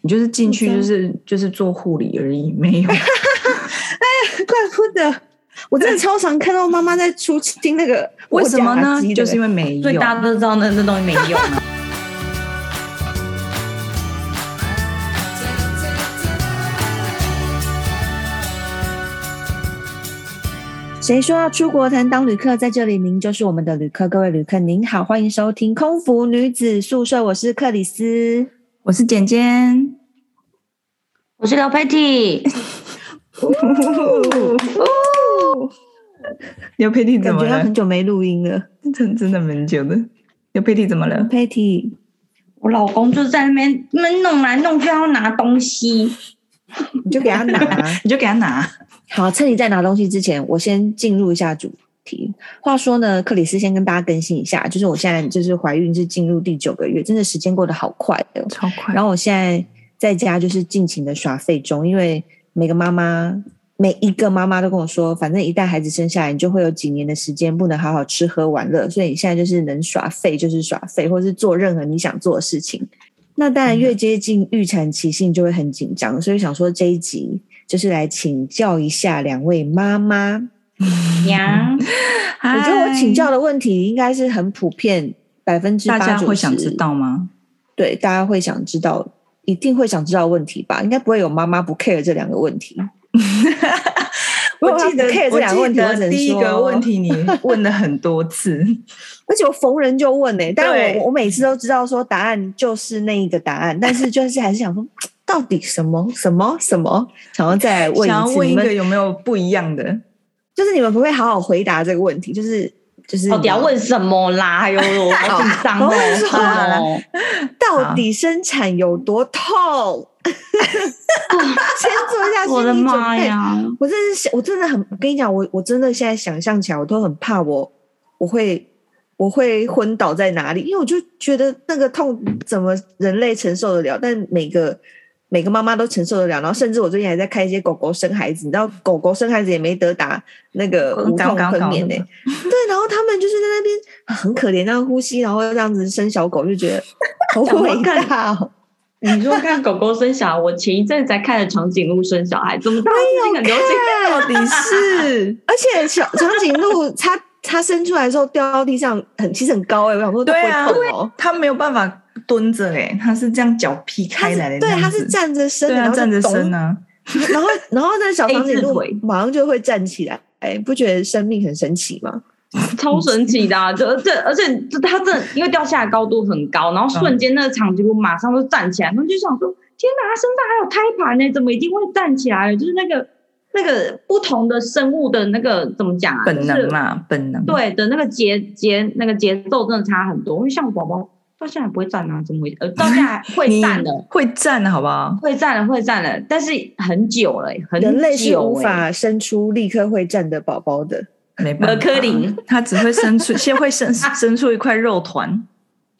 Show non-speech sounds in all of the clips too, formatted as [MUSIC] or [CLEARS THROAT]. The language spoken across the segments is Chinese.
你就是进哦去就是就是做护理而已，没 [LAUGHS] 有。怪不得我真的超常看到妈妈在出清那个 [LAUGHS] 为什么呢货架机？的就是因为没所以有。大家都知道那那东西没用啊。谁说要出国才能当旅客？在这里，您就是我们的旅客。各位旅客，您好，欢迎收听空服女子宿舍，我是克里斯。我是简 [LAUGHS] 简， [LAUGHS] 我是聊 Patty，哦刘佩蒂怎感么觉要了很？久没录音了。真真的蛮久的。刘佩蒂怎么了？ Patty，我老公就在那边那边弄来弄去，要拿东西。[LAUGHS] 你就给他拿。啊你就给他拿。啊 [LAUGHS] 好，趁你在拿东西之前，我先进入一下主题。话说呢，克里斯先跟大家更新一下，就是我现在就是怀孕是进入第九个月，真的时间过得好快哦。超快。然后我现在在家就是尽情的耍废中，因为每个妈妈每一个妈妈都跟我说，反正一旦孩子生下来，你就会有几年的时间不能好好吃喝玩乐，所以你现在就是能耍废就是耍废，或是做任何你想做的事情。那当嗯然，越接近预产期性就会很紧张，所以想说这一集就是来请教一下两位妈妈。娘，我我觉得我请教的问题应该是很普遍，百分之大家八九会想知道吗？对，大家会想知道，一定会想知道问题吧？应该不会有妈妈不 care 这两个问题。我记得我 care 这两个我问记题，我得只能第一个说问，题你 [LAUGHS] 问了很多次，而且我逢人就问呢、但对我我每次都知道说答案就是那一个答案，但是就是还是想说，到底什么什么什么，想要再来 [LAUGHS] 问想要一次，问你一个们有没有不一样的？就是你们不会好好回答这个问题，就是就是到底要问什么啦？哎呦，我 [LAUGHS] 好紧张好我说哦。到底生产有多痛？ [LAUGHS] 先做一下我的心理准妈备呀！我真的是，我真的很，我跟你讲，我我真的现在想象起来，我都很怕我我会我会昏倒在哪里，因为我就觉得那个痛怎么人类承受得了？但每个每个妈妈都承受得了，然后甚至我最近还在看一些狗狗生孩子，你知道狗狗生孩子也没得打那个狗无长痛高分高娩的呢、吗对，然后他们就是在那边啊很可怜，那样呼吸，然后这样子生小狗，就觉得 [LAUGHS] 好想伟说看大哦。 [LAUGHS] 你说看狗狗生小孩，我前一阵子才看了长颈鹿生小孩，怎么大家最近很流行？到底是？而且小长颈鹿它它生出来的时候掉到地上很其实很高哎、我想说对啊会痛哦、他没有办法蹲着哎、欸，他是这样脚劈它开是来的对，那样它子，是站着生的，对然啊，后站着就伸啊，哎咚，然后然后那小长颈 A 字鹿腿马上就会站起来，哎，不觉得生命很神奇吗？超神奇的、啊，这这而且这它这因为掉下来高度很高，然后嗯瞬间那个长颈鹿马上就站起来，然后就想说：天哪，它身上还有胎盘呢、怎么一定会站起来？就是那个那个不同的生物的那个怎么讲啊？本就是能啦，本能。对的那个节节那个节奏真的差很多，因为像我宝宝到现在不会站啊，怎么会呃到现在 [LAUGHS] 会你站的。会站好不好？会站了，会站了，但是很久了、很久、欸。人类是无法生出立刻会站的宝宝的，没办呃法，柯林他只会伸出， [LAUGHS] 先会伸伸出一块肉团。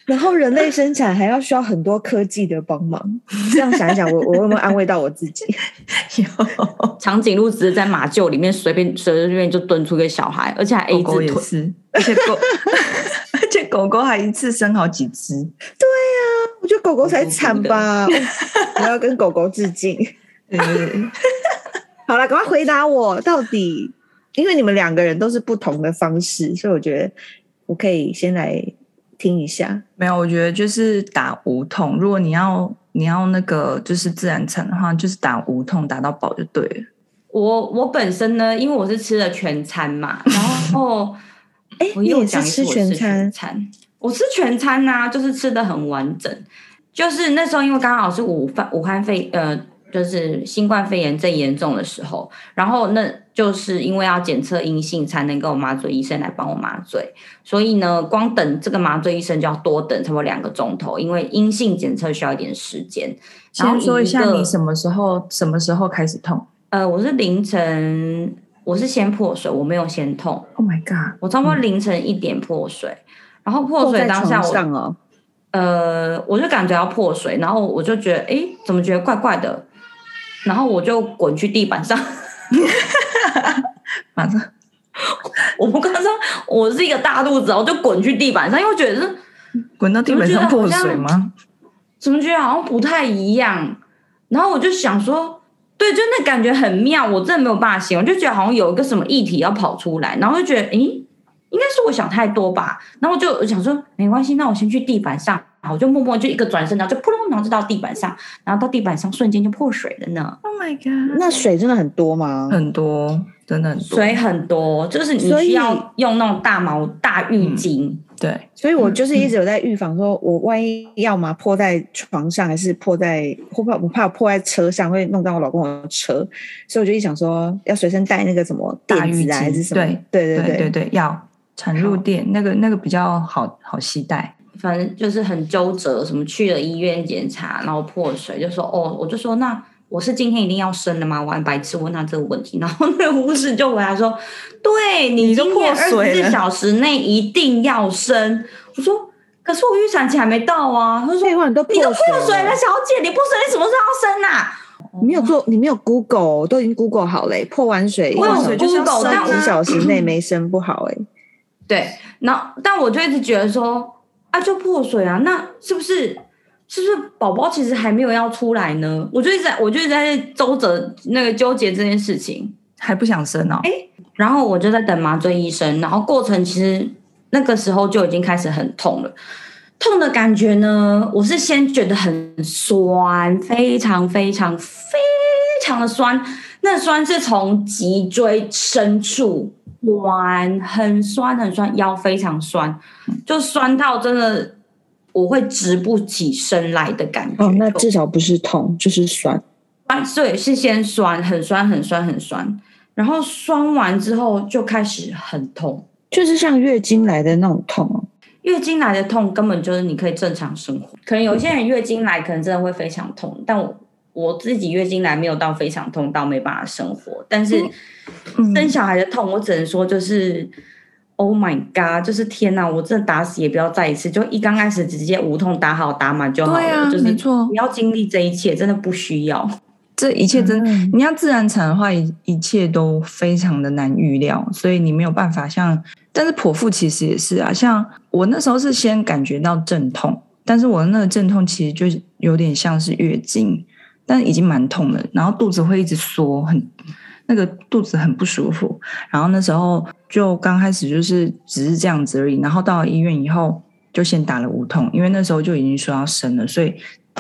然后人类生产还要需要很多科技的帮忙。 [LAUGHS] 这样想一想，我我有没有安慰到我自己？ [LAUGHS] 有，长颈鹿只是在马厩里面随便随随便就蹲出一个小孩，而且还 A 狗字狗也腿。是，而且狗， [LAUGHS] 而且狗狗还一次生好几只。我觉得狗狗才惨吧，我要跟狗狗致敬。对对对好了，赶快回答我，到底因为你们两个人都是不同的方式，所以我觉得我可以先来听一下。没有，我觉得就是打无痛。如果你要你要那个就是自然产的话，就是打无痛，打到饱就对了。我我本身呢，因为我是吃了全餐嘛，然后哎、我你又也讲是一次吃我全吃全餐，餐，我吃全餐呐、就是吃的很完整。就是那时候因为刚好是武汉武汉肺呃，就是新冠肺炎最严重的时候，然后那就是因为要检测阴性才能跟我麻醉医生来帮我麻醉，所以呢，光等这个麻醉医生就要多等差不多两个钟头，因为阴性检测需要一点时间。然后先说以一一下个你什么时候什么时候开始痛呃，我是凌晨，我是先破水，我没有先痛， ？Oh my god！我差不多凌晨一点破水，然后嗯破坐水在当下床我上哦，呃，我就感觉要破水，然后我就觉得，哎，怎么觉得怪怪的？然后我就滚去地板上。 [LAUGHS] 马上我不刚刚我是一个大肚子，我就滚去地板上，因为我觉得这滚到地板上破水吗？怎么觉得好像不太一样。然后我就想说，对，就那感觉很妙，我真的没有办法形容，就觉得好像有一个什么议题要跑出来，然后就觉得，诶，应该是我想太多吧。然后我就我想说，没关系，那我先去地板上，我就默默就一个转身，然后就扑通，然后就到地板上，然后到地板上瞬间就破水了呢， Oh my god！那水真的很多吗？很多，真的很多。水很多，就是你所以需要用那种大毛大浴巾，对，所以我嗯就是一直有在预防，说我万一要么泼在床上，还是泼在，我怕我怕泼在车上会弄到我老公的车，所以我就一直想说要随身带那个什么大垫子啊，浴巾还是什么？对对对对对，要产褥垫，那个那个比较好好携带。反正就是很纠折，什么去了医院检查，然后破水，就说哦，我就说那我是今天一定要生的吗？我很白痴问他这个问题，然后那个护士就回答说，对你你都今天破二水十了四小时内一定要生。我说可是我预产期还没到啊，他就说废话，你都你都破水破水了，小姐，你不生你什么时候要生啊？你没有做，你没有 Google，都已经 Google 好嘞、破完水，我有一个小时 Google，但几我小时内没生不好哎、对，然后但我就一直觉得说啊，就破水啊，那是不是是不是宝宝其实还没有要出来呢？我就一直在我就一直在周折那个纠结这件事情，还不想生哦，哎然后我就在等麻醉医生，然后过程其实那个时候就已经开始很痛了。痛的感觉呢，我是先觉得很酸，非常非常非常的酸，那酸是从脊椎深处酸，很酸很酸，腰非常酸，就酸到真的我会直不起身来的感觉。哦，那至少不是痛，就是酸。酸，对，是先酸，很酸很酸很酸，然后酸完之后就开始很痛，就是像月经来的那种痛哦，月经来的痛根本就是你可以正常生活，可能有些人月经来可能真的会非常痛，但我我自己月经来没有到非常痛到没办法生活，但是嗯生小孩的痛，我只能说就是。Oh my god！就是天哪，我真的打死也不要再一次，就一刚开始直接无痛打好打满就好了，对啊就是没错不要经历这一切，真的不需要。这一切真嗯你要自然产的话，一一切都非常的难预料，所以你没有办法像。但是剖腹其实也是啊，像我那时候是先感觉到阵痛，但是我那个阵痛其实就有点像是月经，但已经蛮痛的，然后肚子会一直缩，很那个肚子很不舒服。然后那时候就刚开始就是只是这样子而已，然后到了医院以后就先打了无痛，因为那时候就已经说要生了，所以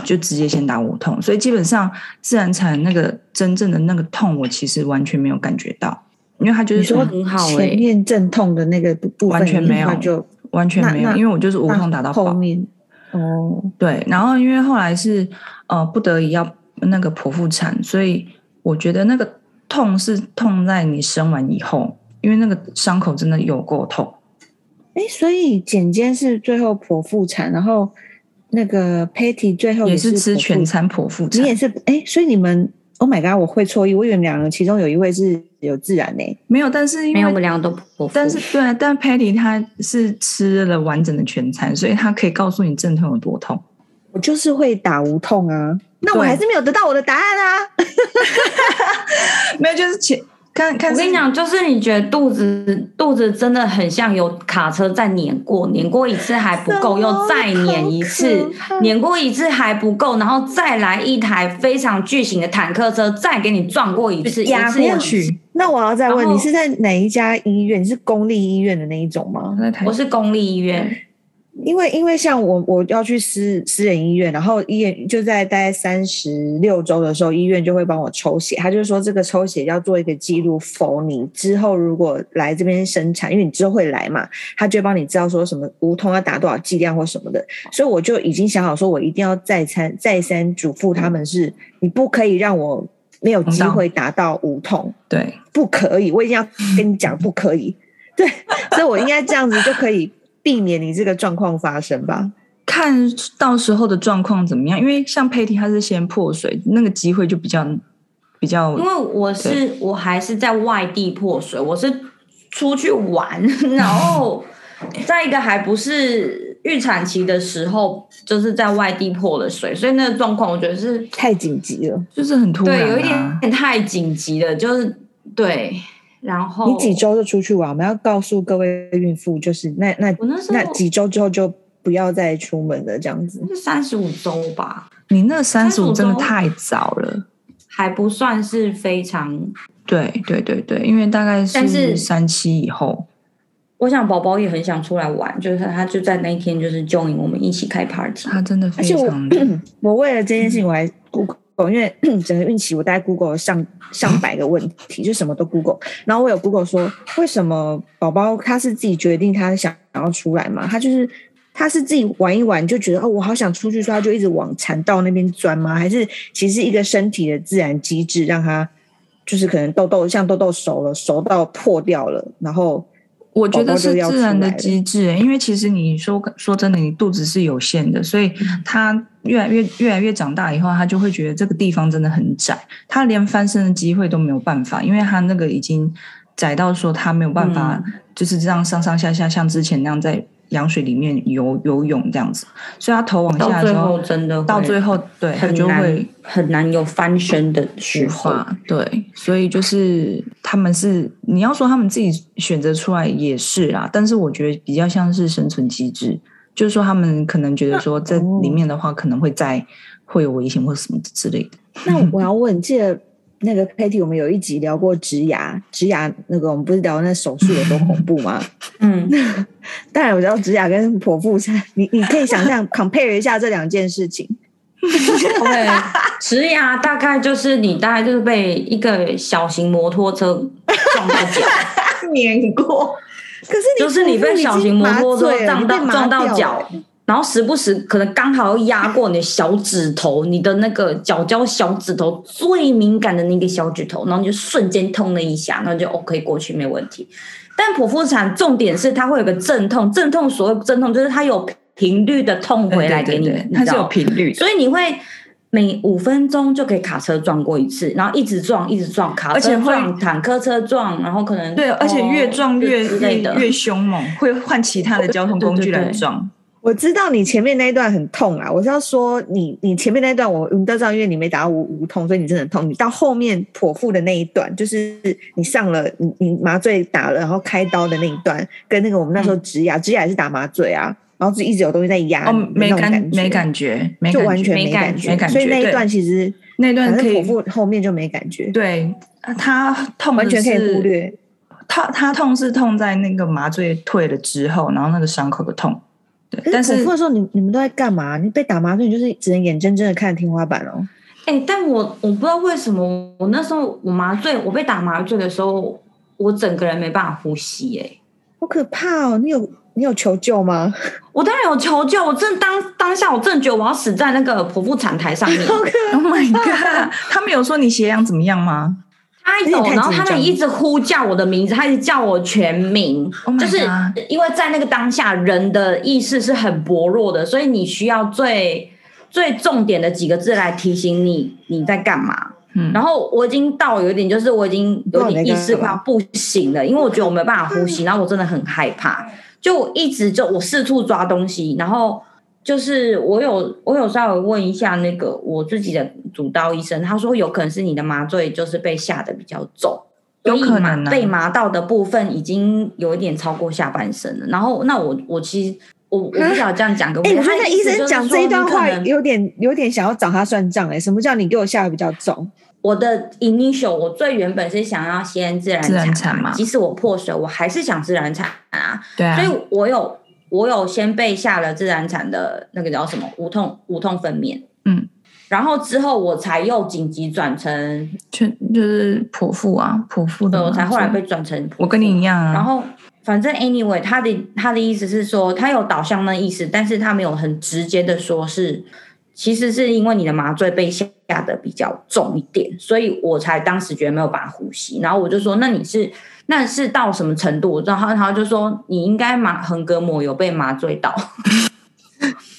就直接先打无痛，所以基本上自然产那个真正的那个痛，我其实完全没有感觉到，因为它就是你说从很好欸前面阵痛的那个部部分完全没有你很快就完全没那有，那因为我就是无痛打到后爆。面哦，对，然后因为后来是呃不得已要那个剖腹产，所以我觉得那个痛是痛在你生完以后，因为那个伤口真的有够痛。哎，所以简间是最后剖腹产，然后那个 Patty 最后也是是吃剖腹全，餐剖腹你产也，是哎，诶所以你们 Oh my God，我会错意，我以为你们两个其中有一位是有自然欸呢、没有，但是因没有，我为们两个都剖腹，但是对啊，但 Patty 她是吃了完整的全餐，所以她可以告诉你阵痛有多痛。我就是会打无痛啊，那我对还是没有得到我的答案啊。没有，就是前看看我是跟你讲，就是你觉得肚子肚子真的很像有卡车在碾过，碾过一次还不够，什么又再碾一 [LAUGHS] 好次可怕，碾过一次还不够，然后再来一台非常巨型的坦克车，再给你撞过一次，压一次又过去，那我要再然问，后你是在哪一家医院？你是公立医院的那一种吗？在台我是公立医院，因为因为像我我要去私私人医院，然后医院就在大概三十六周的时候，医院就会帮我抽血，他就是说这个抽血要做一个记录，否你之后如果来这边生产，因为你之后会来嘛，他就会帮你知道说什么无痛要打多少剂量或什么的，所以我就已经想好说，我一定要再三再三嘱咐他们是，你不可以让我没有机会达到无痛，对，不可以，我一定要跟你讲不可以， [LAUGHS] 对，所以我应该这样子就可以避免你这个状况发生吧。看到时候的状况怎么样，因为像佩蒂她是先破水，那个机会就比较比较因为我是我还是在外地破水，我是出去玩， [LAUGHS] 然后在一个还不是预产期的时候，就是在外地破了水，所以那个状况我觉得是。太紧急了。就是很突然、啊，对，有一点点太紧急了，就是对。然后你几？周就出去玩？我们要告诉各位孕妇，就是那那我那时候那几周之后就不要再出门了，这样子。三十五周吧，你那三十五35真的周太早了。还不算是非常。对对对对，因为大概但是三期以后，我想宝宝也很想出来玩，就是他就在那一天就是 join 我们一起开 party。他真的非而且我常的我为了这件事情，我还 Google，因为 [CLEARS THROAT] 整个孕期我大概 Google 了上上百个问题，就什么都 Google。然后我有 Google 说，为什么宝宝他是自己决定他想要出来嘛？他就是他是自己玩一玩就觉得哦，我好想出去，所以他就一直往产道那边钻吗？还是其实一个身体的自然机制让他就是可能痘痘像痘痘熟了，熟到破掉了，然后我觉得是宝宝就要自然的出来了机制、欸因为其实你说说真的，你肚子是有限的，所以他越来越越来越长大以后，他就会觉得这个地方真的很窄，他连翻身的机会都没有办法，因为他那个已经窄到说他没有办法，就是这样上上下下像之前那样在羊水里面游游泳这样子，所以他头往到下的最时候后，真的会到最后对他很就难会很难有翻身的时菊候。花，对，所以就是他们是你要说他们自己选择出来也是啦，但是我觉得比较像是生存机制，就是说他们可能觉得说在里面的话可能会在会有危险或什么之类的。那 [LAUGHS] 我要问，记得那个 Patty，我们有一集聊过植牙，植牙那个我们不是聊那手术有多恐怖 [LAUGHS] 吗？嗯，当然，我知道植牙跟剖腹产，你你可以想 [LAUGHS] 象 compare 一下这两件事情。对，植牙大概就是你大概就是被一个小型摩托车撞到脚，碾过，可是你就是你被小型摩托车撞到撞到脚，然后时不时可能刚好要压过你的小指头，你的那个脚脚小指头最敏感的那个小指头，然后你就瞬间痛了一下，然后就 OK 过去没问题。但剖腹产重点是它会有个阵痛，阵痛所谓阵痛就是它有频率的痛回来给你，对对对你它知是道有吗频率的，所以你会每五分钟就可以卡车撞过一次，然后一直撞，一直撞，卡而且车会撞、坦克车撞，然后可 [LAUGHS] 能哦对，而且越撞越之越类的。越凶猛，会换其他的交通工具对对来对撞。我知道你前面那一段很痛啊，我是要说你你前面那一段我你都知道，因为你没打到无无痛，所以你真的很痛。你到后面剖腹的那一段，就是你上了你你麻醉打了，然后开刀的那一段，跟那个我们那时候植牙，植牙也是打麻醉啊，然后就一直有东西在压哦你，的那没种感觉没感觉，没就感完觉全没感感没感所以觉那一对段其实那段反可正以剖腹后面就没感觉，对，他痛的完全可以是忽略。他他痛是痛在那个麻醉退了之后，然后那个伤口的痛。对，但哎可剖是腹的时候你你们都在干嘛？你被打麻醉，你就是只能眼睁睁的看着天花板哦。哎、但我我不知道为什么，我那时候我麻醉，我被打麻醉的时候，我整个人没办法呼吸、哎。好可怕哦！你有你有求救吗？我当然有求救，我正当当下，我正觉得我要死在那个剖腹产台 [LAUGHS] 上面。 Oh my God，他们有说你血氧怎么样吗他有有，点太然后紧他张们一直呼叫我的名字，他一直叫我全名 Oh my 就是 God 因为在那个当下，人的意识是很薄弱的，所以你需要最最重点的几个字来提醒你你在干嘛。嗯然后我已经到有点，就是我已经有点意识快要不行了，因为我觉得我没办法呼嗯吸，然后我真的很害怕，就我一直就我四处抓东西，然后就是我有我有稍微问一下那个我自己的主刀医生，他说有可能是你的麻醉就是被下的比较重，有可能啊所以麻被麻到的部分已经有一点超过下半身了。然后那我我其实我我不晓得这样讲 [LAUGHS] 给哎、我，我觉他得的意医思就生是讲说这一段你可话能有点有点想要找他算账哎、什么叫你给我下的比较重？我的 initial 我最原本是想要先自然自然产产嘛即使我破水，我还是想自然产啊，对啊所，以我有我有先被下了自然产的那个叫什么无痛无痛分娩，嗯，然后之后我才又紧急转成，全就是剖腹啊，剖腹对的我麻才后来醉被转成剖腹我跟你一样嗯啊，然后反正 anyway，他的他的意思是说，他有导向那意思，但是他没有很直接的说是，其实是因为你的麻醉被下的比较重一点，所以我才当时觉得没有办法呼吸。然后我就说，那你是那是到什么程度？然后他就说，你应该麻横膈膜有被麻醉 [LAUGHS] 到，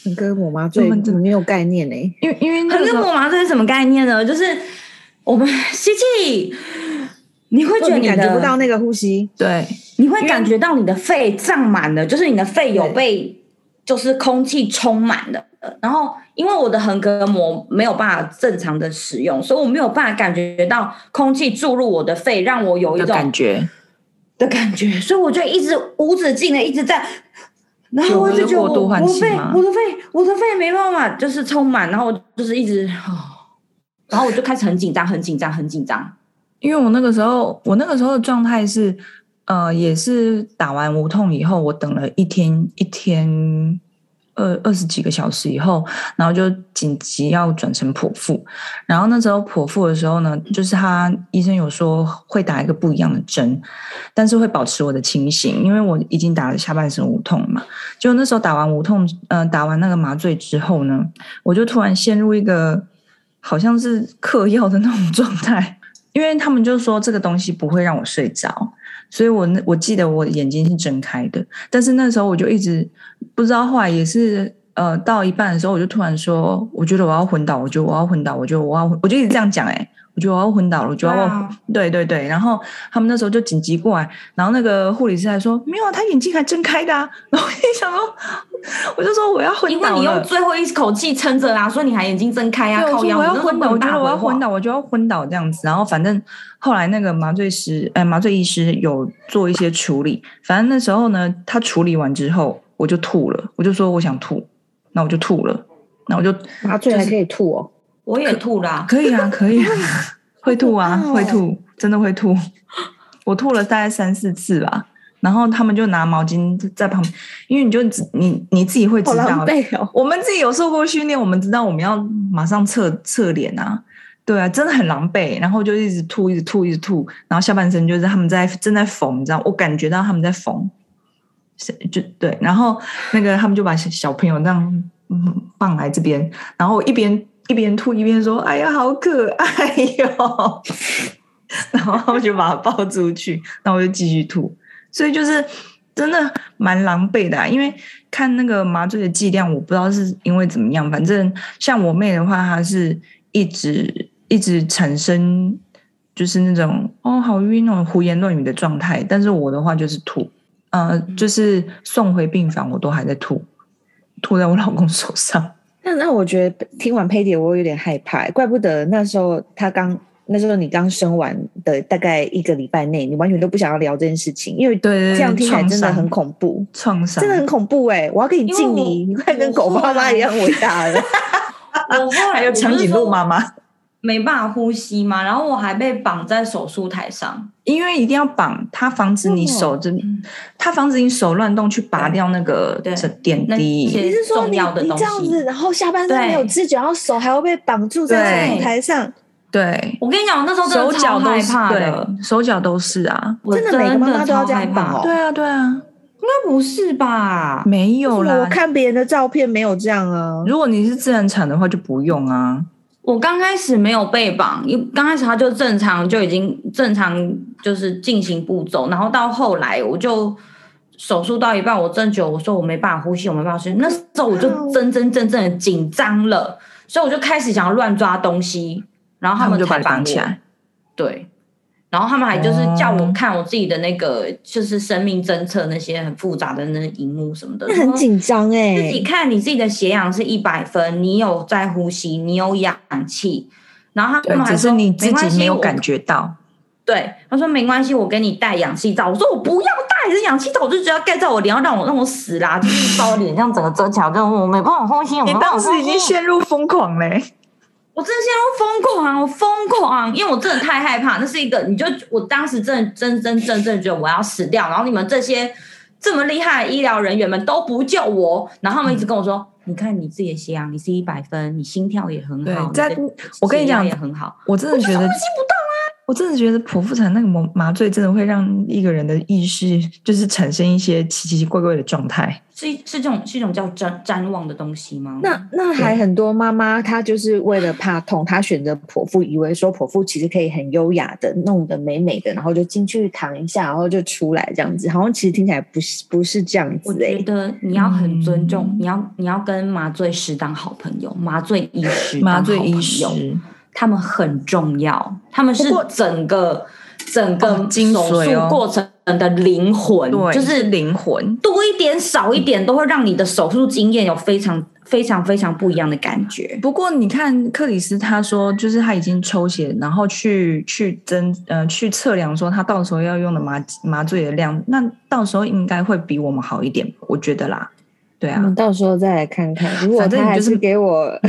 你跟我麻醉他们真我没有概念哎、因为因为那横个时膈候膜麻醉是什么概念呢？就是我们 [LAUGHS] 吸气。你会觉得你你的感觉不到那个呼吸，对你会感觉到你的肺胀满了，就是你的肺有被就是空气充满了。然后，因为我的横膈膜没有办法正常的使用，所以我没有办法感觉到空气注入我的肺，让我有一的种感觉，的感觉，所以我就一直无止境的一直在然后我就觉得过度我换我气肺吗我的肺我的肺没办法就是充满，然后我就是一直， [SIGHS] 哦、然后我就开始很紧张，很紧张，很紧张。因为我那个时候，我那个时候的状态是，呃，也是打完无痛以后，我等了一天一天二二十几个小时以后，然后就紧急要转成剖腹。然后那时候剖腹的时候呢，就是他医生有说会打一个不一样的针，但是会保持我的清醒，因为我已经打了下半身无痛嘛。就那时候打完无痛，呃，打完那个麻醉之后呢，我就突然陷入一个好像是嗑药的那种状态，因为他们就说这个东西不会让我睡着，所以我那我记得我眼睛是睁开的，但是那时候我就一直不知道，后来也是呃到一半的时候，我就突然说，我觉得我要昏倒，我觉得我要昏倒，我觉得我要昏，我就一直这样讲、欸，我觉得我要昏倒了，我觉得我要对对啊对对，然后他们那时候就紧急过来，然后那个护理师还说没有啊，他眼睛还睁开的啊。 [LAUGHS] 然后我就想说，我就说我要昏因为倒你用了，最后一口气撑着啊啦，所以你还眼睛睁开呀、啊对，我靠说腰，我要你真的昏倒，我觉大得我要回话昏倒，我就要昏倒这样子。然后反正后来那个麻醉师，呃，麻醉医师有做一些处理。反正那时候呢，他处理完之后，我就吐了，我就说我想吐，那我就吐了，那我就麻醉还可以吐哦，我也吐啦。可以啊，可 [LAUGHS] 以啊，会吐啊，好可怕哦会吐，真的会吐。我吐了大概三四次吧，然后他们就拿毛巾在旁边，因为你就只你你自己会知好道狼，狈哦。我们自己有受过训练，我们知道我们要马上侧侧脸啊，对啊，真的很狼狈，然后就一直吐，一直吐，一直吐，然后下半身就是他们在正在缝，你知道，我感觉到他们在缝，是就对，然后那个他们就把小小朋友这样嗯放来这边，然后我一边一边吐一边说：“哎呀，好可 [LAUGHS] 爱哟、然后他们就把我抱出去，然后我就继续吐，所以就是真的蛮狼狈的、啊，因为看那个麻醉的剂量，我不知道是因为怎么样，反正像我妹的话，她是一直一直产生就是那种哦好晕哦胡言乱语的状态，但是我的话就是吐，呃，嗯就是送回病房我都还在吐，吐在我老公手上。那那我觉得听完佩姐，我有点害怕，欸怪不得那时候她刚那时候你刚生完的大概一个礼拜内，你完全都不想要聊这件事情，因为对对对这样听起来创真的伤很恐怖，创伤真的很恐怖哎、我要跟你因为敬我啊礼，你快跟我狗后妈妈来一样伟大 [LAUGHS] 了。我后 [LAUGHS] 来还有长颈鹿妈，妈，没办法呼吸嘛，然后我还被绑在手术台上，因为一定要绑，它防止你手真嗯，它防止你手乱动去拔掉那个对这点那滴。些你是说重你要的你东这样西子，然后下半身对没有知觉，然后手还要被绑住对在手术台上，对，我跟你讲，我那时候真手的超脚害都是怕的，对，手脚都是啊。我真的每个妈妈都要超这样害怕绑哦对啊，对啊，应该不是吧？没有为什么我啦。看别人的照片没有这样嗯啊。如果你是自然产的话，就不用啊。我刚开始没有被绑，因为刚开始他就正常就已经正常就是进行步骤，然后到后来我就手术到一半，我真的觉得我说我没办法呼吸，我没办法呼吸，那时候我就哦真真正正的紧张了，所以我就开始想要乱抓东西，然后他们就把才你绑绑我起来。对，然后他们还就是哦叫我看我自己的那个就是生命侦测那些很复杂的那个荧幕什么的，那很紧张哎、自己嗯看你自己的血氧是一百分，你有在呼吸，你有氧气，然后他对们，还只是说你自没关己系没有我感觉到。对，他说没关系，我给你带氧气罩。我说我不要带，这氧气罩我就只要盖在我脸上，让我让我死啦，就是把我脸这样整个遮起来，我跟我没办法呼吸，我没你办法当时呼已吸经陷入疯狂嘞、我真的陷入疯狂，啊我疯狂，因为我真的太害怕，那是一个，你就我当时真的真真正正觉得我要死掉，然后你们这些这么厉害的医疗人员们都不救我，然后嗯他们一直跟我说，你看你自己的血氧，你是一百分，你心跳也很对好，你在的我跟你血压讲也很好，我真的觉得呼吸不到，我真的觉得剖腹产那个麻麻醉真的会让一个人的意识就是产生一些奇奇怪怪的状态。是一是这种是一种叫瞻瞻望的东西吗？那那还很多妈妈，她就是为了怕痛，她选择剖腹，以为说剖腹其实可以很优雅的弄得美美的，然后就进去躺一下，然后就出来这样子，好像其实听起来不是不是这样我子哎、觉得你要很尊重，嗯你要你要跟麻醉师当好朋友，麻醉医师麻当醉好医朋师友他们很重要，他们是不过整个整个哦精手髓哦术过程的灵魂，对，就是灵魂。多一点少一点，都会让你的手术经验有非常非常非常不一样的感觉。不过你看，克里斯他说，就是他已经抽血，然后去去针呃去测量说他到时候要用的麻麻醉的量，那到时候应该会比我们好一点，我觉得啦。对我啊，们到时候再来看看，如果反正他你还就是是给我，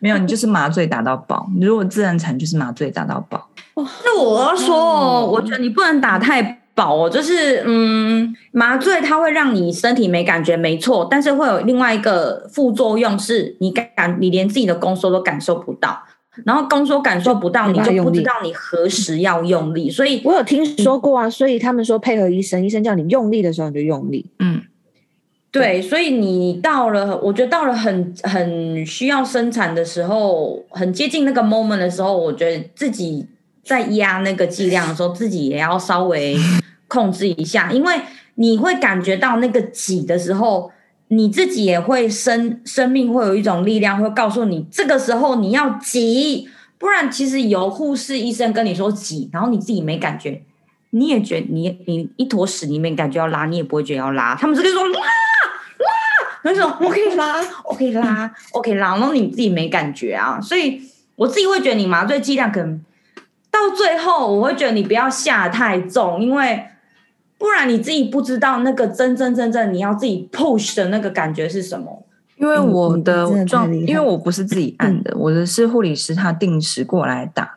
没有，你就是麻醉打到爆。你如果自然产就是麻醉打到爆，是我要说嗯哦，我觉得你不能打太饱哦，就是嗯，麻醉它会让你身体没感觉，没错，但是会有另外一个副作用是，你感你连自己的宫缩都感受不到，然后宫缩感受不到，没你办法就不用力知道你何时要用力，所以我有听说过啊，所以他们说配合医生，医生叫你用力的时候你就用力，嗯，对，所以你到了，我觉得到了很很需要生产的时候，很接近那个 moment 的时候，我觉得自己在压那个剂量的时候，自己也要稍微控制一下，因为你会感觉到那个挤的时候，你自己也会生生命会有一种力量会告诉你，这个时候你要挤，不然其实有护士医生跟你说挤，然后你自己没感觉。你也觉得你你一坨屎，你没感觉要拉，你也不会觉得要拉。他们是跟你说拉那种我可以拉，我可以拉，我可以拉，然后你自己没感觉啊，所以我自己会觉得你麻醉剂量可能到最后，我会觉得你不要下太重，因为不然你自己不知道那个真真正正你要自己 push 的那个感觉是什么。因为嗯我你的你真的太状，厉害因为我不是自己按的，我的是护理师他定时过来打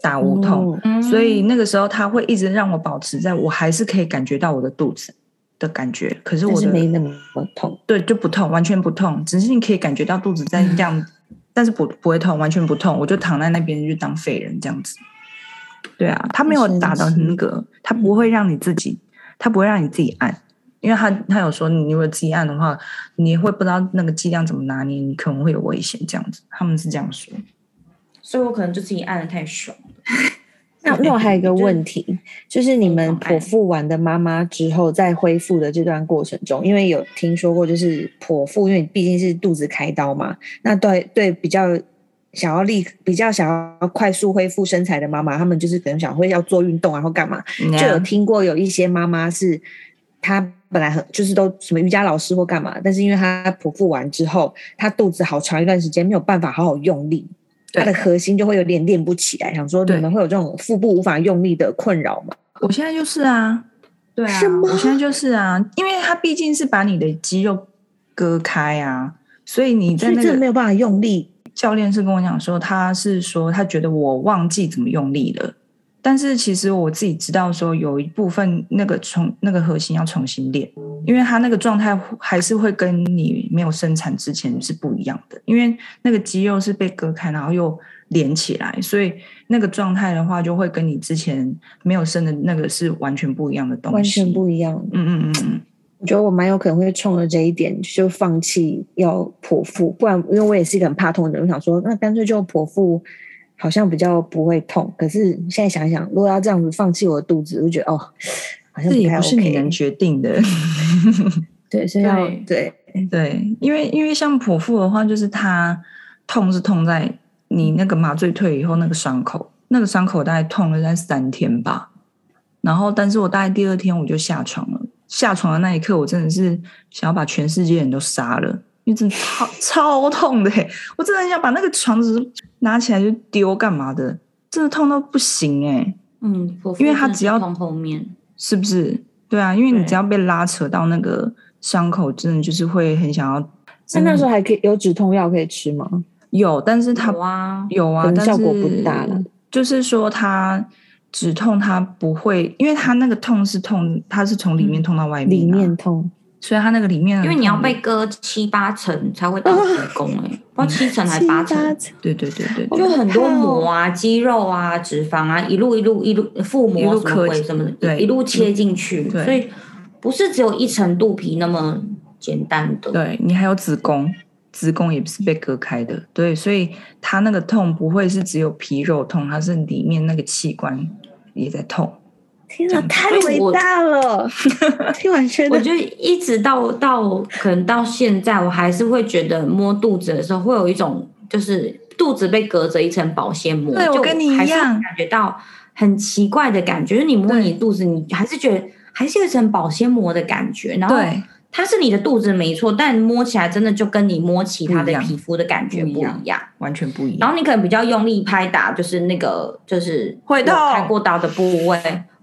打无痛，哦嗯所以那个时候他会一直让我保持在我还是可以感觉到我的肚子的感觉，可是但我是的没那么痛。对，就不痛，完全不痛，只是你可以感觉到肚子在这嗯样， [LAUGHS] 但是不不会痛，完全不痛。我就躺在那边就当废人这样子。对啊，他没有神打到奇那个，他不会让你自己，他不会让你自己按，因为他他有说你如果自己按的话，你会不知道那个剂量怎么拿捏，你可能会有危险这样子。他们是这样说。所以我可能就自己按的太爽。啊那那我还有一个问题，就是你们哎剖腹完的妈妈之后，在恢复的这段过程中，因为有听说过，就是剖腹，因为毕竟是肚子开刀嘛，那对对比较想要立比较想要快速恢复身材的妈妈，她们就是可能想会要做运动，然后干嘛，就有听过有一些妈妈是她。本来很就是都什么瑜伽老师或干嘛，但是因为她剖腹完之后，她肚子好长一段时间没有办法好好用力，对他的核心就会有点练不起来。想说你对们会有这种腹部无法用力的困扰吗？我现在就是啊，对啊是吗，我现在就是啊，因为它毕竟是把你的肌肉割开啊，所以你在所以那真的个没有办法用力。教练是跟我讲说，他是说他觉得我忘记怎么用力了，但是其实我自己知道说有一部分那个重那个核心要重新练，因为他那个状态还是会跟你没有生产之前是不一样的，因为那个肌肉是被割开，然后又连起来，所以那个状态的话，就会跟你之前没有生的那个是完全不一样的东西，完全，不一样。嗯嗯嗯嗯，我觉得我蛮有可能会冲着这一点就放弃要剖腹，不然因为我也是一个很怕痛的人，我想说那干脆就剖腹，好像比较不会痛。可是现在想一想，如果要这样子放弃我的肚子，我就觉得哦，好像这也太不 [LAUGHS] 是你 OK 能决定的。对，所以要对对对，因为因为像剖腹的话，就是它痛是痛在你那个麻醉退以后那个伤口，那个伤口大概痛了在三天吧。然后，但是我大概第二天我就下床了。下床的那一刻，我真的是想要把全世界人都杀了，因为真的超超痛的欸、我真的很想把那个床子拿起来就丢干嘛的，真的痛到不行哎、嗯，因为它只要从后嗯面，是不是？对啊，因为你对只要被拉扯到那个伤口，真的就是会很想要。那真的那时候还可以有止痛药可以吃吗？有，但是它有啊，有啊，可能但效果是不大了。就是说，它止痛它不会，因为它那个痛是痛，它是从里面痛到外嗯里面、啊，面痛。所以它那个里面的因痛，为你要被割七八层才会到子宫哎、不知道七层还七八层。对对对对好对就很多可怕哦膜啊、肌肉啊、脂肪啊，一路一路一路腹一膜路什么磕鬼进什么的，对嗯一路切进去，对所以不是只有一层肚皮那么简单的。对，你还有子宫，子宫也是被割开的，对，所以它那个痛不会是只有皮肉痛，它是里面那个器官也在痛。天啊，太所以伟我大了！听完觉我得觉得一直到到可能到现在，我还是会觉得摸肚子的时候会有一种就是肚子被隔着一层保鲜膜，对我就跟你一还是会样感觉到很奇怪的感觉，就是你摸对你肚子，你还是觉得还是有一层保鲜膜的感觉，然后。对，它是你的肚子没错，但摸起来真的就跟你摸其他不的一样皮肤的感觉不一不样。完全不一然样。后你可能比较用力拍打，就是那个就是会痛有开过刀的部位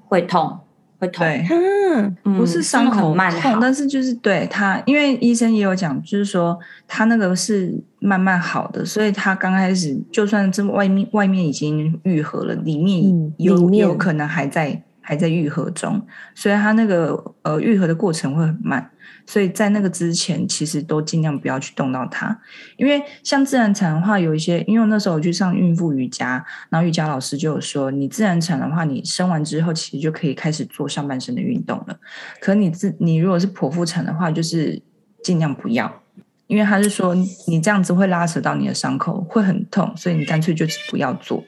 会痛，会痛，对，嗯，嗯不是伤真的口很慢痛，好但是就是对他，因为医生也有讲，就是说他那个是慢慢好的，所以他刚开始就算这外面外面已经愈合了，里面嗯有、里面有可能还在还在愈合中，所以他那个呃愈合的过程会很慢，所以在那个之前其实都尽量不要去动到它，因为像自然产的话，有一些因为那时候我去上孕妇瑜伽，然后瑜伽老师就有说，你自然产的话，你生完之后其实就可以开始做上半身的运动了。可你自你如果是剖腹产的话，就是尽量不要，因为他是说你这样子会拉扯到你的伤口，会很痛，所以你干脆就是不要做。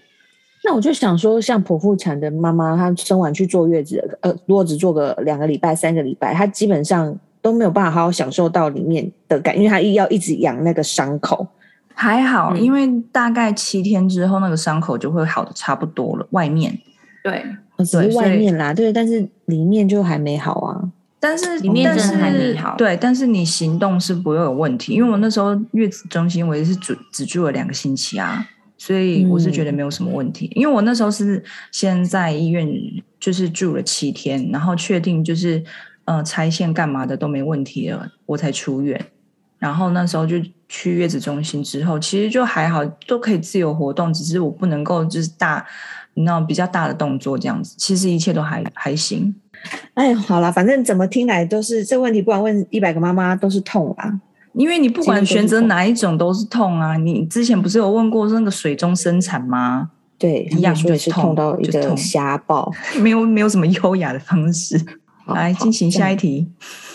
那我就想说，像剖腹产的妈妈，她生完去坐月子，呃，如果只坐个两个礼拜、三个礼拜，她基本上都没有办法好好享受到里面的感，因为她一要一直养那个伤口。还好，嗯因为大概七天之后，那个伤口就会好的差不多了。外面，对，呃只哦对所是以外面啦，对，但是里面就还没好啊。但是里面但真的还没是好对，但是你行动是不会有问题，因为我那时候月子中心我也是只只住了两个星期啊，所以我是觉嗯得没有什么问题。因为我那时候是先在医院就是住了七天，然后确定就是呃拆线干嘛的都没问题了，我才出院。然后那时候就去月子中心之后，其实就还好，都可以自由活动，只是我不能够就是大，你知道比较大的动作这样子，其实一切都还还行。哎，好啦，反正怎么听来都是这问题，不管问一百个妈妈都是痛啦。因为你不管选择哪一种都是痛啊！你之前不是有问过那个水中生产吗？ [LAUGHS] 对，一样他们说也是就是痛痛到一就是个痛瞎爆。没有没有什么优雅的方式。好来进行下一题，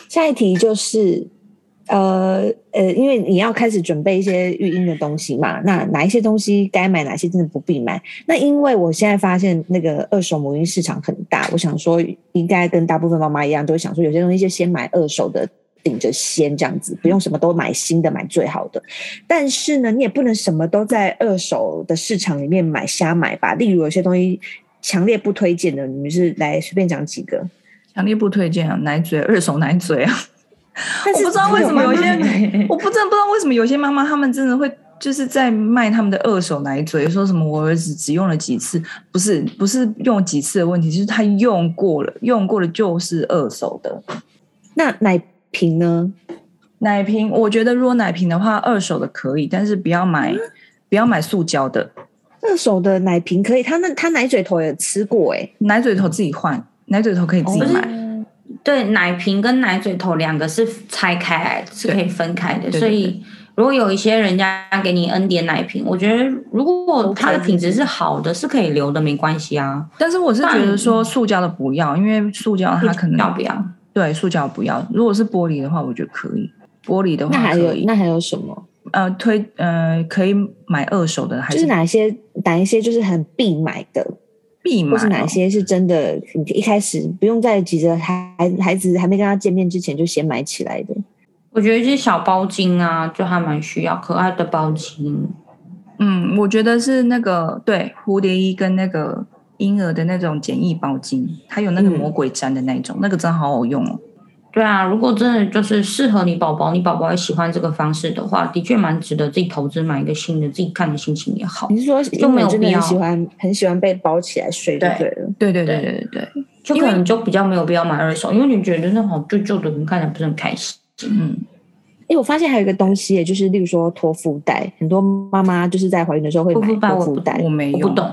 下一题就是，呃呃，因为你要开始准备一些育婴的东西嘛，那哪一些东西该买，哪些真的不必买？那因为我现在发现那个二手母婴市场很大，我想说应该跟大部分妈妈一样，都会想说有些东西就先买二手的。顶着先这样子，不用什么都买新的，买最好的。但是呢，你也不能什么都在二手的市场里面买瞎买吧。例如有些东西强烈不推荐的，你们是来随便讲几个。强烈不推荐啊！奶嘴，二手奶嘴 [LAUGHS] 啊！但是我不知道为什么有一些妈 [LAUGHS] 妈我不真的不知道为什么有些妈妈她们真的会就是在卖他们的二手奶嘴，说什么我儿子只用了几次，不是不是用几次的问题，就是他用过了，用过了就是二手的。那奶瓶呢？奶瓶，我觉得如果奶瓶的话，二手的可以，但是不要买、不要买塑胶的。二手的奶瓶可以，他那他奶嘴头也吃过哎、奶嘴头自己换，奶嘴头可以自己哦买。对，奶瓶跟奶嘴头两个是拆开来，是可以分开的。对对所以，如果有一些人家给你 N 点奶瓶，我觉得如果它的品质是好的，是可以留的，没关系啊。但是我是觉得说塑胶的不要，因为塑胶它可能要不要？对塑胶不要。如果是玻璃的话，我觉得可以。玻璃的那话还有可以，那还有什么？呃，推呃可以买二手的，还就是是哪一些哪一些就是很必买的，必买、或哦？是哪一些是真的，你一开始不用再急着孩孩子还没跟他见面之前就先买起来的。我觉得这些小包巾啊，就还蛮需要可爱的包巾。嗯，我觉得是那个对蝴蝶衣跟那个婴儿的那种简易包巾，还有那个嗯魔鬼毡的那一种，那个真的好好用哦。对啊，如果真的就是适合你宝宝，你宝宝也喜欢这个方式的话，的确蛮值得自己投资买一个新的，自己看的心情也好你，是说就因没为有真的必要很喜欢很喜欢被包起来睡就对对了。对对对对对对，就可能就比较没有必要买二手，因为你觉得那种旧旧的，你看起来不是很开心。嗯。哎，我发现还有一个东西耶，就是例如说托腹带，很多妈妈就是在怀孕的时候会托买腹带托我腹不带我。没我有，不懂，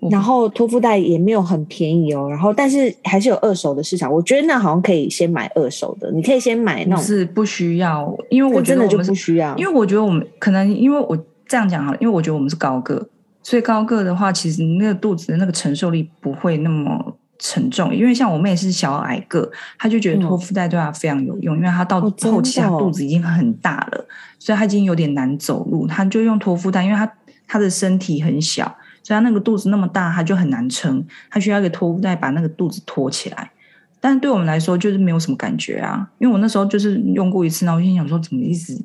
我不然后托腹带也没有很便宜哦，然后但是还是有二手的市场，我觉得那好像可以先买二手的，你可以先买那不种，是不需要，因为这我觉真得的我就们不是，需要，因为我觉得我们可能因为我这样讲好了，因为我觉得我们是高个，所以高个的话，其实那个肚子的那个承受力不会那么。沉重，因为像我妹是小矮个，她就觉得嗯托腹带对她非常有用，因为她到哦真的后期她哦肚子已经很大了，所以她已经有点难走路，她就用托腹带，因为她她的身体很小，所以她那个肚子那么大，她就很难撑，她需要一个托腹带把那个肚子托起来。但是对我们来说就是没有什么感觉啊，因为我那时候就是用过一次，然后我心想说怎么一直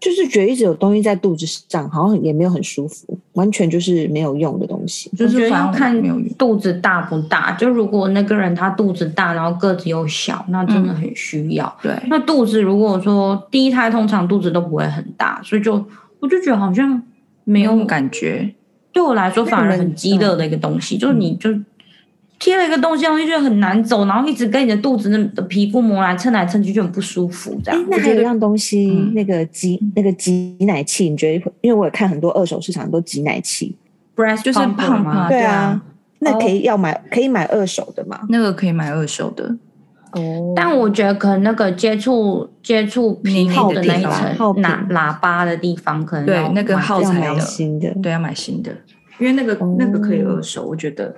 就是觉得一直有东西在肚子上，好像也没有很舒服，完全就是没有用的东西。就我觉是得反要正我看没有用。肚子大不大。就如果那个人他肚子大，然后个子又小，那真嗯的很需要。对，那肚子如果说第一胎通常肚子都不会很大，所以就我就觉得好像没没有有感觉。对我来说那反你而们很鸡肋的一个东西，就是你就贴了一个东西，我就觉得很难走，然后一直跟你的肚子的皮肤磨来蹭来蹭去，就很不舒服。这哎啊样，，那我还觉有一得样东西，嗯那个挤那个挤奶器，你觉得会？因为我有看很多二手市场都挤奶器， breast 就是 pump 胖吗啊？对对啊啊，那可以要买，可以买二手的嘛？那个可以买二手的，哦但我觉得可能那个接触接触皮耗肤的那一品吧层耗品喇喇叭的地方，可能对要那个买耗要材买的新的，对，要买新的，因为那个、哦那个可以二手，我觉得，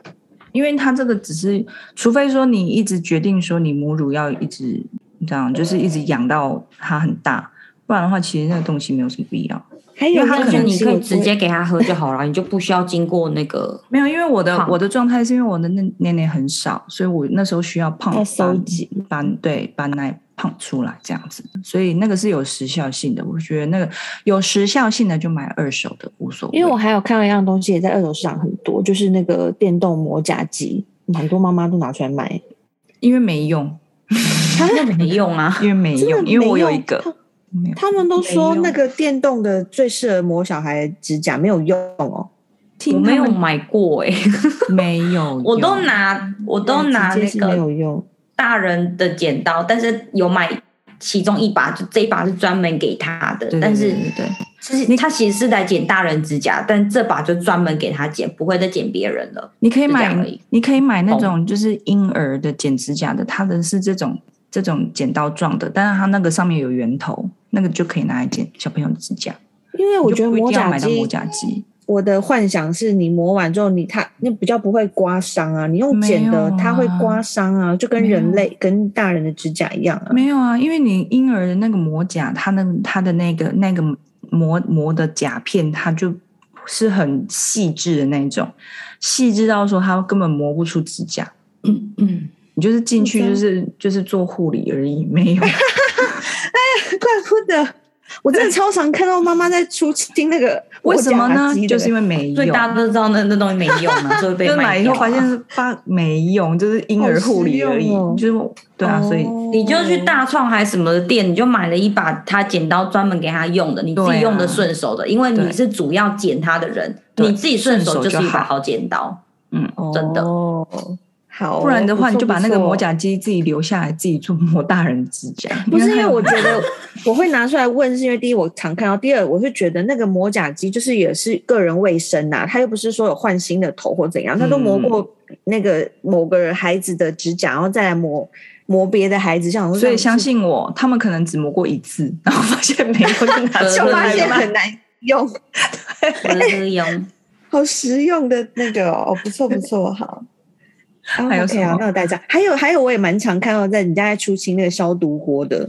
因为它这个只是，除非说你一直决定说你母乳要一直这样，就是一直养到它很大，不然的话，其实那个东西没有什么必要。还因有为它那就可种是能你是可以我直接给他喝就好了，你就不需要经过那个。没有，因为我的胖我的状态是因为我的内内内很少，所以我那时候需要胖要把收集，把对把奶胖出来这样子，所以那个是有时效性的。我觉得那个有时效性的就买二手的无所谓，因为我还有看到一样东西也在二手市场很多，就是那个电动磨甲机，很多妈妈都拿出来卖。因为没用，那没用啊，因为没真的用，因为没我有用一个他没有他们都说没有那个电动的最适合磨小孩的指甲，没有用哦。听我没他有们买过哎、没有用，我都拿我都拿直接那是没有个用。大人的剪刀，但是有买其中一把，就这一把是专门给他的，对，对但对是对对，其实他其实是来剪大人指甲，但这把就专门给他剪，不会再剪别人了。你可以就这样买而已，你可以买那种就是婴儿的剪指甲的，它的是这种这种剪刀状的，但是它那个上面有圆头，那个就可以拿来剪小朋友的指甲。因为我你觉就得不一磨定要甲买到机磨，甲机，我的幻想是你磨完之后你，它那比较不会刮伤啊。你用剪的，没有啊它会刮伤啊，就跟没有人类跟大人的指甲一样啊。没有啊，因为你婴儿的那个磨甲，它那它的那个那个磨磨的甲片，它就是很细致的那种，细致到说它根本磨不出指甲。嗯，你就是进去我知道就是就是做护理而已，没有怪不得，我真的超常看到妈妈在出清那个 [LAUGHS] 为什么磨甲呢机？的就是因为没 [CLEARS THROAT] 所以用，大家都知道那那东西没用啊， [LAUGHS] 所以被就买卖以掉、后啊。发现是发没用，就是婴儿护理而已，好实就是对哦啊，所以你就去大创还是什么的店，你就买了一把他剪刀专门给他用的，你自对己啊用的顺手的，因为你对是主要剪他的人，对你自己顺手顺手就是就一把好好 [LAUGHS] 剪刀。真的哦，好哦，嗯不然的话不你错就把那个不错哦磨甲机自己留下来，自己做磨大人指甲。不是因它为有我 [LAUGHS] 觉得我会拿出来问，是因为第一我常看到，第二我是觉得那个磨甲机就是也是个人卫生呐、它又不是说有换新的头或嗯怎样，它都磨过那个某个孩子的指甲，然后再来磨磨别的孩子，像我所以相信我，他们可能只磨过一次， [LAUGHS] 然后发现没有就拿 [LAUGHS] 对出就发来现了。很难用，我的这个用，好实用的那个哦，哦不错不错，好。啊 [LAUGHS] 还有什 OK 啊么，那我带这样。还有还有，我也蛮常看到在人家在出清那个消毒锅的，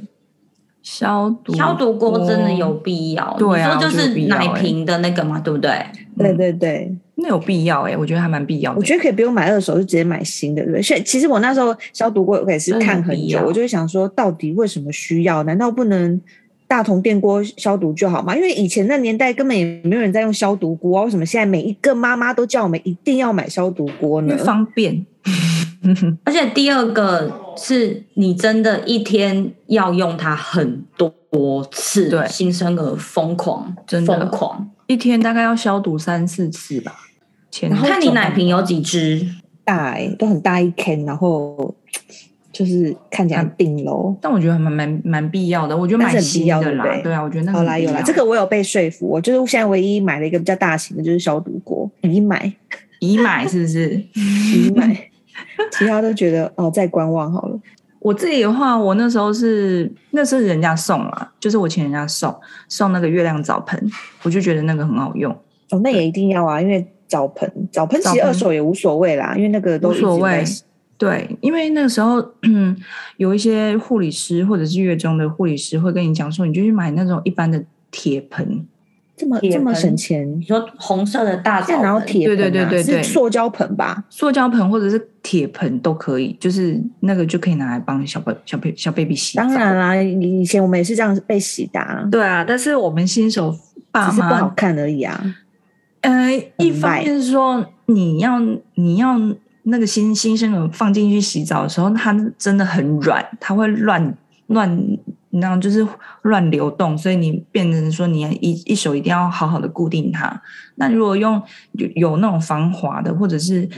消毒消毒锅真的有，必要。对啊你说就我觉得有是必要奶瓶的那个嘛，对不对？嗯对对对，那有必要哎、我觉得还蛮必要的。我觉得可以不用买二手，就直接买新的，对不对？所以其实我那时候消毒锅也是看嗯很真的必久，要我就会想说，到底为什么需要？难道不能大同电锅消毒就好吗？因为以前那年代根本也没有人在用消毒锅啊，为什么现在每一个妈妈都叫我们一定要买消毒锅因为呢？方便，而且第二个是你真的一天要用它很多次，对新生儿疯狂，真的疯狂。一天大概要消毒三四次吧。前然后看你奶瓶有几只，大欸都很大一坑，然后就是看起来很顶楼。但我觉得还蛮蛮蛮必要的，我觉得但是买很必新要的对不啦，对对啊，我觉得那个有啦很必有啦，要这个我有被说服。我就是现在唯一买了一个比较大型的，就是消毒锅，已买已买是不是？ [LAUGHS] 已买，其他都觉得哦，再观望好了。我自己的话，我那时候是那是人家送啦，就是我请人家送送那个月亮澡盆，我就觉得那个很好用，哦，那也一定要啊，因为澡盆，澡盆其澡实盆二手也无所谓啦，因为那个都无所谓一直在。对，因为那个时候， [CLEARS THROAT] 嗯，有一些护理师或者是月中的护理师会跟你讲说，你就去买那种一般的铁盆，这么铁这么盆省钱你。说红色的大现澡在哪有盆，铁盆、啊？对对对对对是塑胶盆吧？塑胶盆或者是铁盆都可以，就是那个就可以拿来帮小宝小 baby 小 baby 洗澡。当然啦，以前我们也是这样被洗的、啊，对啊，但是我们新手爸只是不好妈，看而已啊。呃，一很方卖面是说你要你要那个新新生儿放进去洗澡的时候，它真的很软，它会乱乱，你知道，就是乱流动，所以你变成说你一一手一定要好好的固定它。那如果用有有那种防滑的，或者是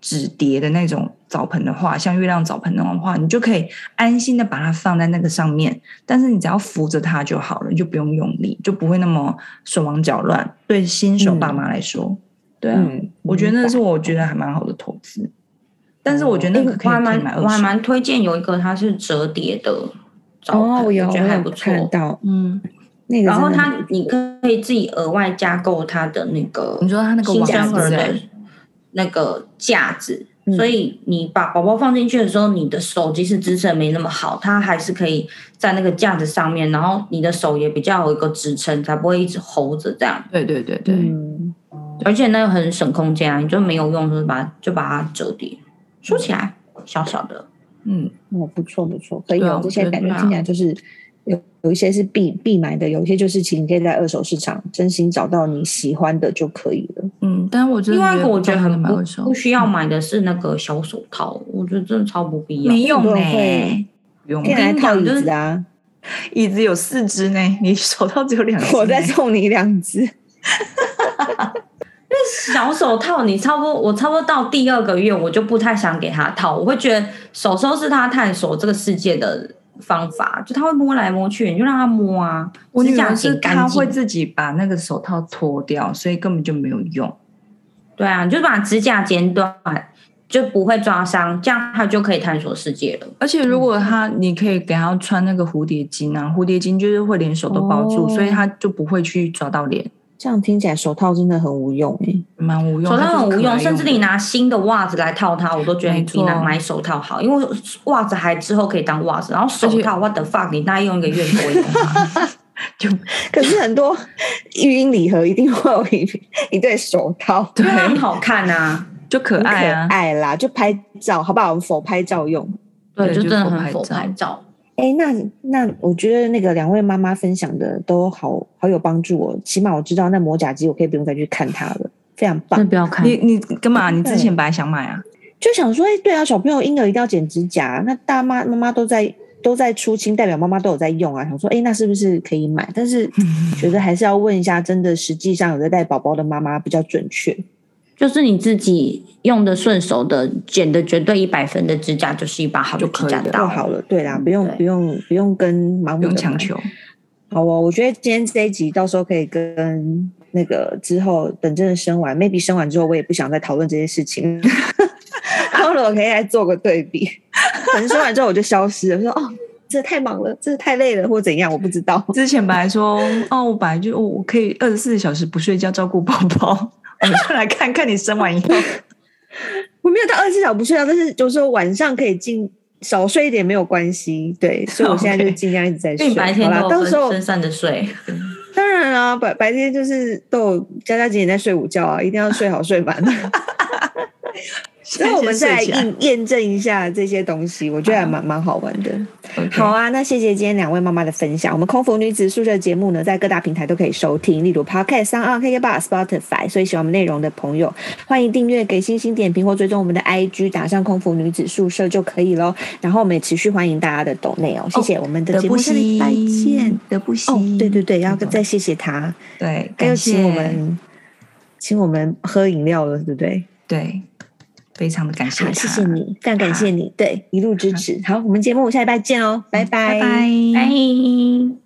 纸叠的那种澡盆的话，像月亮澡盆那种的话，你就可以安心的把它放在那个上面，但是你只要扶着它就好了，你就不用用力，就不会那么手忙脚乱。对新手爸嗯妈来说，对啊，嗯我觉得那是明我觉得还蛮好的投资。但是我觉得那那个个可以我还可以蛮买我还二手。蛮推荐有一个它是折叠的白澡盆，哦，我有，觉得我还有不错。看到嗯，那个然真的后很，嗯它你可以自己额外加购它的那个你说它那个新网生子对不儿的对那个架子，嗯所以你把宝宝放进去的时候，你的手即使支撑没那么好，它还是可以在那个架子上面，然后你的手也比较有一个支撑，才不会一直吼着这样。对对对对，嗯，而且那个很省空间啊，你就没有用，就是把就把它折叠收起来，小小的。嗯，哦，不错不错，可以对啊有我这些觉得感觉对啊听起来就是有有一些是必必买的，有一些就是其实你可以在二手市场真心找到你喜欢的就可以了。嗯，但是我真另的外一个我觉觉得得很蛮不二手不，需要买的是那个小手套，我觉得真的超不必要。没用很多呢、人会不用可以买拿来跟你套讲椅就是子啊，椅子有四只呢， [LAUGHS] 你手套只有两只欸呢。 [LAUGHS] 我再送你两只。小手套，你差不多，我差不多到第二个月，我就不太想给他套，我会觉得手手是他探索这个世界的方法，就他会摸来摸去，你就让他摸啊。我指女甲儿是挺她干会净，自己把那个手套脱掉，所以根本就没有用。对啊，你就把指甲剪短，就不会抓伤，这样他就可以探索世界了。而且如果她，你可以给她穿那个蝴蝶巾啊，蝴蝶巾就是会连手都包住，哦所以她就不会去抓到脸，这样听起来手套真的很无用哎、蛮无用。手套她就很是无可用，爱甚至你拿新的袜子来套它，我都觉得没你比错拿买手套好，因为袜子还之后可以当袜子，然后手而且套 what the fuck，你大概用一个月不会用它。就可是很多育婴礼盒一定会有一 [LAUGHS] 一对手套， [LAUGHS] 对因为它很好看啊，就可很可爱啊。爱啦，就拍照好不好？我们否拍照用。对对，就就真的佛很牌佛照拍照。哎，那那我觉得那个两位妈妈分享的都好好有帮助哦，起码我知道那磨甲机我可以不用再去看它了，非常嗯棒。不要看你你干嘛？你之对前本来想买 [LAUGHS] 啊？就想说，哎，对啊，小朋友婴儿一定要剪指甲，啊那大妈妈妈都在都在出清，代表妈妈都有在用啊。想说，哎，那是不是可以买？但是嗯觉得还是要问一下，真的实际上有在带宝宝的妈妈比较准确。就是你自己用的顺手的，剪的绝对一百分的指甲，就是一把好的就可指以甲了就刀。好了，对啦，嗯不用对不用不用跟盲不目用的强买。求。好哦，我觉得今天这一集到时候可以跟那个之后等真的生完，maybe 生完之后我也不想再讨论这些事情， [LAUGHS] 然后我可以来做个对比。可能生完之后我就消失了，说哦，这太忙了，这太累了，或怎样，我不知道。之前本来说哦，我本来就、哦我可以二十四小时不睡觉照顾宝宝， [LAUGHS] 我们就来看看你生 [LAUGHS] 完以后。我没有到二十四小时不睡觉，但是有时候晚上可以尽少睡一点没有关系，对，所以我现 [LAUGHS] 在就 OK 尽量一直在因为睡。你白好天啦，都到有时候分分散的睡，当然啦、白白天就是都有加加减减在睡午觉啊，一定要睡好睡满。 [LAUGHS] 所以我们再来先睡起来验验证一下这些东西，我觉得还蛮蛮好玩的。 OK 好啊，那谢谢今天两位妈妈的分享。我们空服女子宿舍节目呢，在各大平台都可以收听，例如 Podcast、三二 KK Bar、Spotify。所以喜欢我们内容的朋友，欢迎订阅、给星星点评或追踪我们的 IG，打上“空服女子宿舍”就可以喽。然后我们也持续欢迎大家的抖内哦，谢谢我们的德节布目，下礼拜西见。德布西哦，对对对，要那种再谢谢他，对，还有感谢请我们请我们喝饮料了，对不对？对，非常的感谢好，他，谢谢，你，非常感嗯谢你，对，一路支持。好，我们节目下礼拜见哦，拜拜，拜拜哎。